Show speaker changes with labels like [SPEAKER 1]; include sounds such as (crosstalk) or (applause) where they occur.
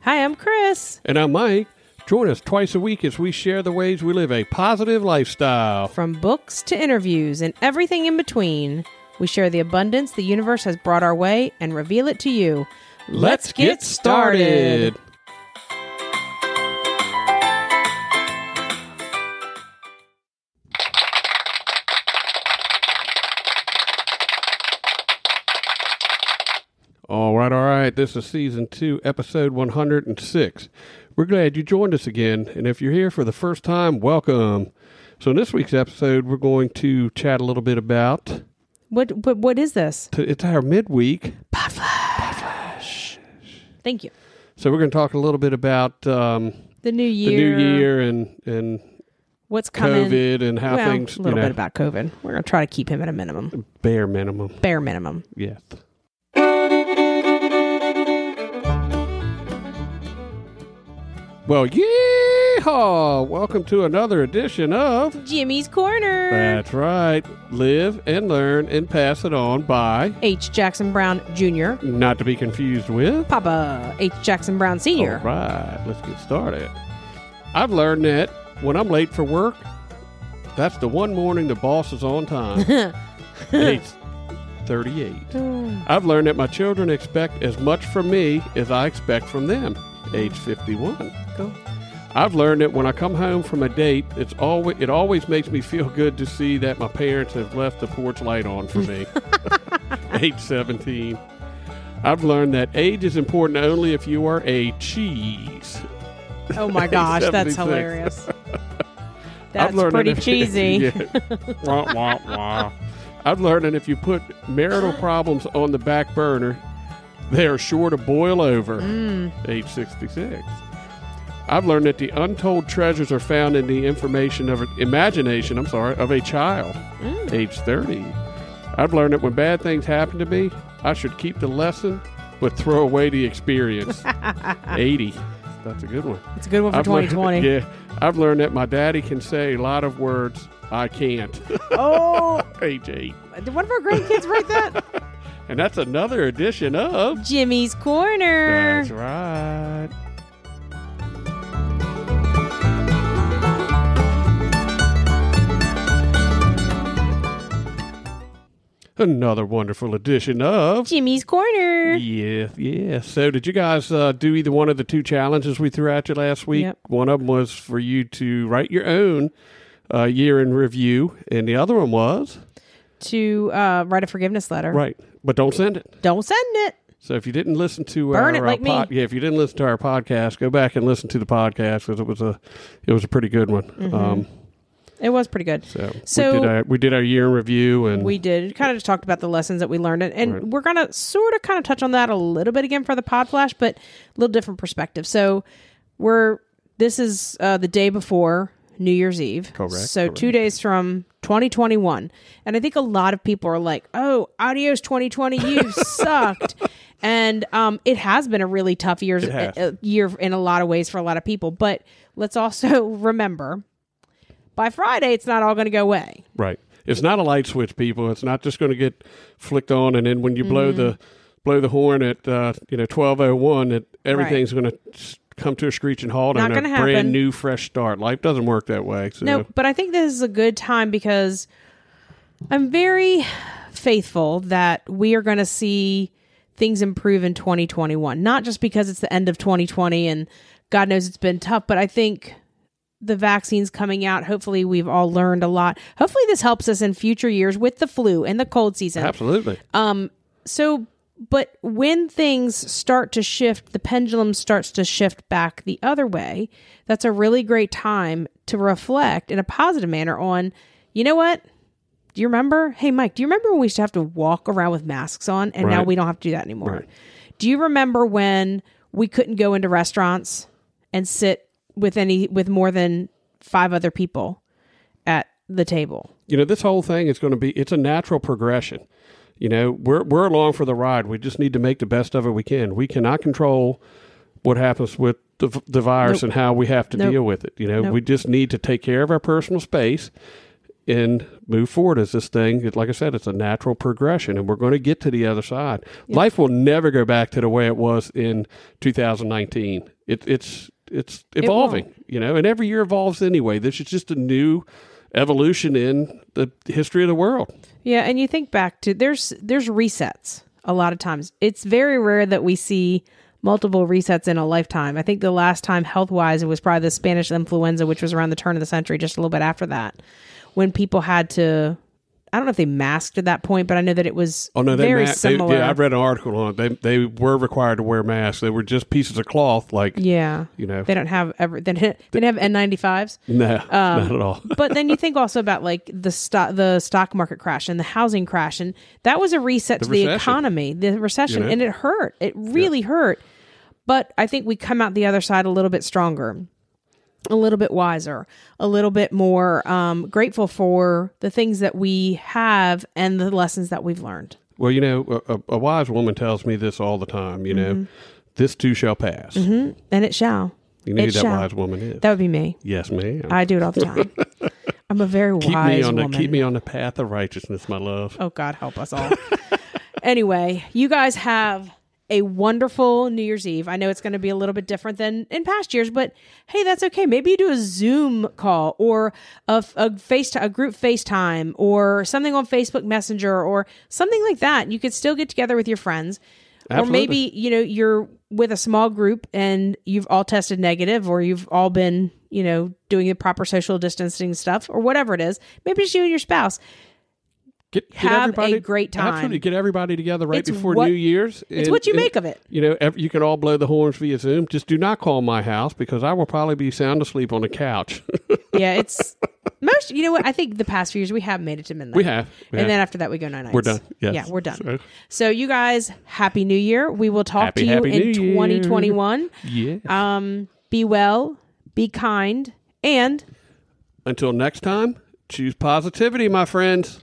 [SPEAKER 1] Hi, I'm Chris
[SPEAKER 2] And I'm Mike. Join us twice a week as we share the ways we live a positive lifestyle.
[SPEAKER 1] from books to interviews and everything in between. We share the abundance the universe has brought our way and reveal it to you.
[SPEAKER 2] Let's get started. All right, all right. This is season two, episode 106. We're glad you joined us again. And if you're here for the first time, welcome. So, in this week's episode, we're going to chat a little bit about
[SPEAKER 1] What what, what is this?
[SPEAKER 2] t- it's our midweek.
[SPEAKER 1] Thank you.
[SPEAKER 2] So, we're going to talk a little bit about um,
[SPEAKER 1] The new
[SPEAKER 2] the
[SPEAKER 1] year.
[SPEAKER 2] new year and, and
[SPEAKER 1] What's coming?
[SPEAKER 2] COVID and how
[SPEAKER 1] well,
[SPEAKER 2] things,
[SPEAKER 1] a
[SPEAKER 2] you
[SPEAKER 1] little
[SPEAKER 2] know,
[SPEAKER 1] bit about COVID. We're gonna try to keep him at a minimum,
[SPEAKER 2] bare minimum.
[SPEAKER 1] bare minimum.
[SPEAKER 2] Yes. Well, yeehaw! Welcome to another edition of.
[SPEAKER 1] Jimmy's corner.
[SPEAKER 2] That's right. Live and learn and pass it on by.
[SPEAKER 1] H. Jackson Brown Jr.
[SPEAKER 2] Not to be confused with.
[SPEAKER 1] Papa H. Jackson Brown Sr.
[SPEAKER 2] All right, let's get started. I've learned that when I'm late for work, that's the one morning the boss is on time. Eight thirty-eight. I've learned that my children expect as much from me as I expect from them. Age 51.
[SPEAKER 1] Cool.
[SPEAKER 2] I've learned that when I come home from a date, it's always it always makes me feel good to see that my parents have left the porch light on for me. Age 17. I've learned that age is important only if you are a cheese.
[SPEAKER 1] Oh my
[SPEAKER 2] (laughs)
[SPEAKER 1] gosh, that's
[SPEAKER 2] 76.
[SPEAKER 1] hilarious.
[SPEAKER 2] (laughs) I've
[SPEAKER 1] That's
[SPEAKER 2] learned that
[SPEAKER 1] pretty
[SPEAKER 2] (laughs) if-
[SPEAKER 1] cheesy.
[SPEAKER 2] Yeah.
[SPEAKER 1] (laughs)
[SPEAKER 2] Wah, wah, wah. I've learned that if you put marital problems on the back burner, they are sure to boil over.
[SPEAKER 1] Mm.
[SPEAKER 2] Age 66. I've learned that the untold treasures are found in the information of imagination, I'm sorry, of a child.
[SPEAKER 1] Mm.
[SPEAKER 2] Age 30. I've learned that when bad things happen to me, I should keep the lesson but throw away
[SPEAKER 1] (laughs)
[SPEAKER 2] the experience. 80. That's a good one.
[SPEAKER 1] It's a good
[SPEAKER 2] (laughs)
[SPEAKER 1] one for
[SPEAKER 2] I've learned-
[SPEAKER 1] 2020.
[SPEAKER 2] yeah, I've learned that my daddy can say a lot of words I can't. (laughs)
[SPEAKER 1] Oh,
[SPEAKER 2] Age eight,
[SPEAKER 1] did one of our grandkids write
[SPEAKER 2] (laughs)
[SPEAKER 1] that?
[SPEAKER 2] and that's another edition of.
[SPEAKER 1] Jimmy's Corner.
[SPEAKER 2] That's right. Another wonderful edition of.
[SPEAKER 1] Jimmy's Corner.
[SPEAKER 2] Yeah, yeah. So, did you guys uh, do either one of the two challenges we threw at you last week?
[SPEAKER 1] Yep.
[SPEAKER 2] One of them was for you to write your own uh, year in review, and the other one was
[SPEAKER 1] To uh, write a forgiveness letter.
[SPEAKER 2] right, but don't send it.
[SPEAKER 1] Don't send it.
[SPEAKER 2] So, if you didn't listen to
[SPEAKER 1] Burn
[SPEAKER 2] our,
[SPEAKER 1] it
[SPEAKER 2] uh,
[SPEAKER 1] like me.
[SPEAKER 2] pod- yeah, if you didn't listen to our podcast, go back and listen to the podcast because it was a it was a pretty good one. Um,
[SPEAKER 1] It was pretty good.
[SPEAKER 2] so,
[SPEAKER 1] Mm-hmm. So-
[SPEAKER 2] we did our we did our year in review, and
[SPEAKER 1] We did kind of just talked about the lessons that we learned, and, and
[SPEAKER 2] Right.
[SPEAKER 1] we're gonna sort of kind of touch on that a little bit again for the pod flash, but a little different perspective. So we're this is uh, the day before New Year's Eve,
[SPEAKER 2] Correct,
[SPEAKER 1] So
[SPEAKER 2] correct.
[SPEAKER 1] two days from 2021, and I think a lot of people are like, "Oh, adios 2020,
[SPEAKER 2] (laughs)
[SPEAKER 1] you sucked." And um, it has been a really tough year,
[SPEAKER 2] has.
[SPEAKER 1] a- a year in a lot of ways for a lot of people. But let's also (laughs) remember, by Friday, it's not all going to go away.
[SPEAKER 2] Right. It's not a light switch, people. It's not just going to get flicked on, and then when you blow
[SPEAKER 1] Mm-hmm.
[SPEAKER 2] the blow the horn at uh, you know twelve oh one, that everything's going to come to a screeching halt
[SPEAKER 1] Not
[SPEAKER 2] and a
[SPEAKER 1] gonna happen.
[SPEAKER 2] brand new fresh start. Life doesn't work that way. So
[SPEAKER 1] No, but I think this is a good time because I'm very faithful that we are going to see things improve in 2021. Not just because it's the end of 2020 and God knows it's been tough, but I think the vaccines coming out, hopefully we've all learned a lot. Hopefully this helps us in future years with the flu and the cold season.
[SPEAKER 2] absolutely.
[SPEAKER 1] Uh, So, but when things start to shift, the pendulum starts to shift back the other way. That's a really great time to reflect in a positive manner on, you know what? Do you remember? Hey, Mike, do you remember when we used to have to walk around with masks on and now
[SPEAKER 2] Right.
[SPEAKER 1] we don't have to do that anymore?
[SPEAKER 2] Right.
[SPEAKER 1] Do you remember when we couldn't go into restaurants and sit with any with more than five other people at the table?
[SPEAKER 2] you know this whole thing is going to be it's a natural progression you know we're we're along for the ride we just need to make the best of it we can we cannot control what happens with the, v- the virus and how we have to
[SPEAKER 1] Nope.
[SPEAKER 2] deal with it you know we just need to take care of our personal space and move forward as this thing it- like i said it's a natural progression and we're going to get to the other side life will never go back to the way it was in 2019 It, it's it's evolving, you know, and every year evolves anyway. This is just a new evolution in the history of the world.
[SPEAKER 1] Yeah, and you think back to there's there's resets a lot of times. It's very rare that we see multiple resets in a lifetime. I think the last time health wise it was probably the Spanish influenza, which was around the turn of the century, just a little bit after that, when people had to I don't know if they masked at that point, but I know that it was
[SPEAKER 2] Oh no, they,
[SPEAKER 1] very
[SPEAKER 2] ma- they-
[SPEAKER 1] similar.
[SPEAKER 2] yeah, I read an article on it. They they were required to wear masks. They were just pieces of cloth, like
[SPEAKER 1] Yeah.
[SPEAKER 2] you know, (laughs)
[SPEAKER 1] They Um, don't have ever they didn't they didn't have N95s.
[SPEAKER 2] no, not at all.
[SPEAKER 1] but then you think also about like the stock the stock market crash and the housing crash and that was a reset to the
[SPEAKER 2] recession.
[SPEAKER 1] economy the recession
[SPEAKER 2] You know?
[SPEAKER 1] and it hurt it really hurt but i think we come out the other side a little bit stronger a little bit wiser a little bit more um, grateful for the things that we have and the lessons that we've learned
[SPEAKER 2] Well, you know, a, a- a wise woman tells me this all the time. You know,
[SPEAKER 1] Mm-hmm.
[SPEAKER 2] this too shall pass.
[SPEAKER 1] and it shall
[SPEAKER 2] You know
[SPEAKER 1] It
[SPEAKER 2] who that
[SPEAKER 1] shall.
[SPEAKER 2] wise woman is.
[SPEAKER 1] that would be me
[SPEAKER 2] yes, ma'am.
[SPEAKER 1] i do it all the
[SPEAKER 2] (laughs)
[SPEAKER 1] time i'm a very
[SPEAKER 2] keep
[SPEAKER 1] wise
[SPEAKER 2] me on
[SPEAKER 1] woman
[SPEAKER 2] the keep me on the path of righteousness, my love.
[SPEAKER 1] Oh, God, help us all. anyway, you guys have a wonderful New Year's Eve. I know it's going to be a little bit different than in past years, but hey, that's okay. Maybe you do a Zoom call or a, a face a group FaceTime or something on Facebook Messenger or something like that. You could still get together with your friends.
[SPEAKER 2] Absolutely.
[SPEAKER 1] Or maybe, you know, you're with a small group and you've all tested negative or you've all been, you know, doing the proper social distancing stuff or whatever it is. Maybe it's you and your spouse.
[SPEAKER 2] Get, get
[SPEAKER 1] Have a
[SPEAKER 2] everybody,
[SPEAKER 1] great time.
[SPEAKER 2] Absolutely, get everybody together right
[SPEAKER 1] It's
[SPEAKER 2] before
[SPEAKER 1] what-
[SPEAKER 2] New Year's.
[SPEAKER 1] It's what you make of it.
[SPEAKER 2] You know, ev- you can all blow the horns via Zoom. Just do not call my house because I will probably be sound asleep on the couch. (laughs)
[SPEAKER 1] yeah, it's most. You know what? I think the past few years we have made it to midnight.
[SPEAKER 2] we have, we
[SPEAKER 1] and
[SPEAKER 2] have.
[SPEAKER 1] then after that we go nine nights.
[SPEAKER 2] We're done. Yes.
[SPEAKER 1] Yeah, we're done.
[SPEAKER 2] So-
[SPEAKER 1] So, you guys, happy New Year. We will talk
[SPEAKER 2] Happy,
[SPEAKER 1] to you
[SPEAKER 2] happy
[SPEAKER 1] in
[SPEAKER 2] New Year.
[SPEAKER 1] 2021.
[SPEAKER 2] yeah.
[SPEAKER 1] Um, be well, be kind, and
[SPEAKER 2] Until next time, choose positivity, my friends.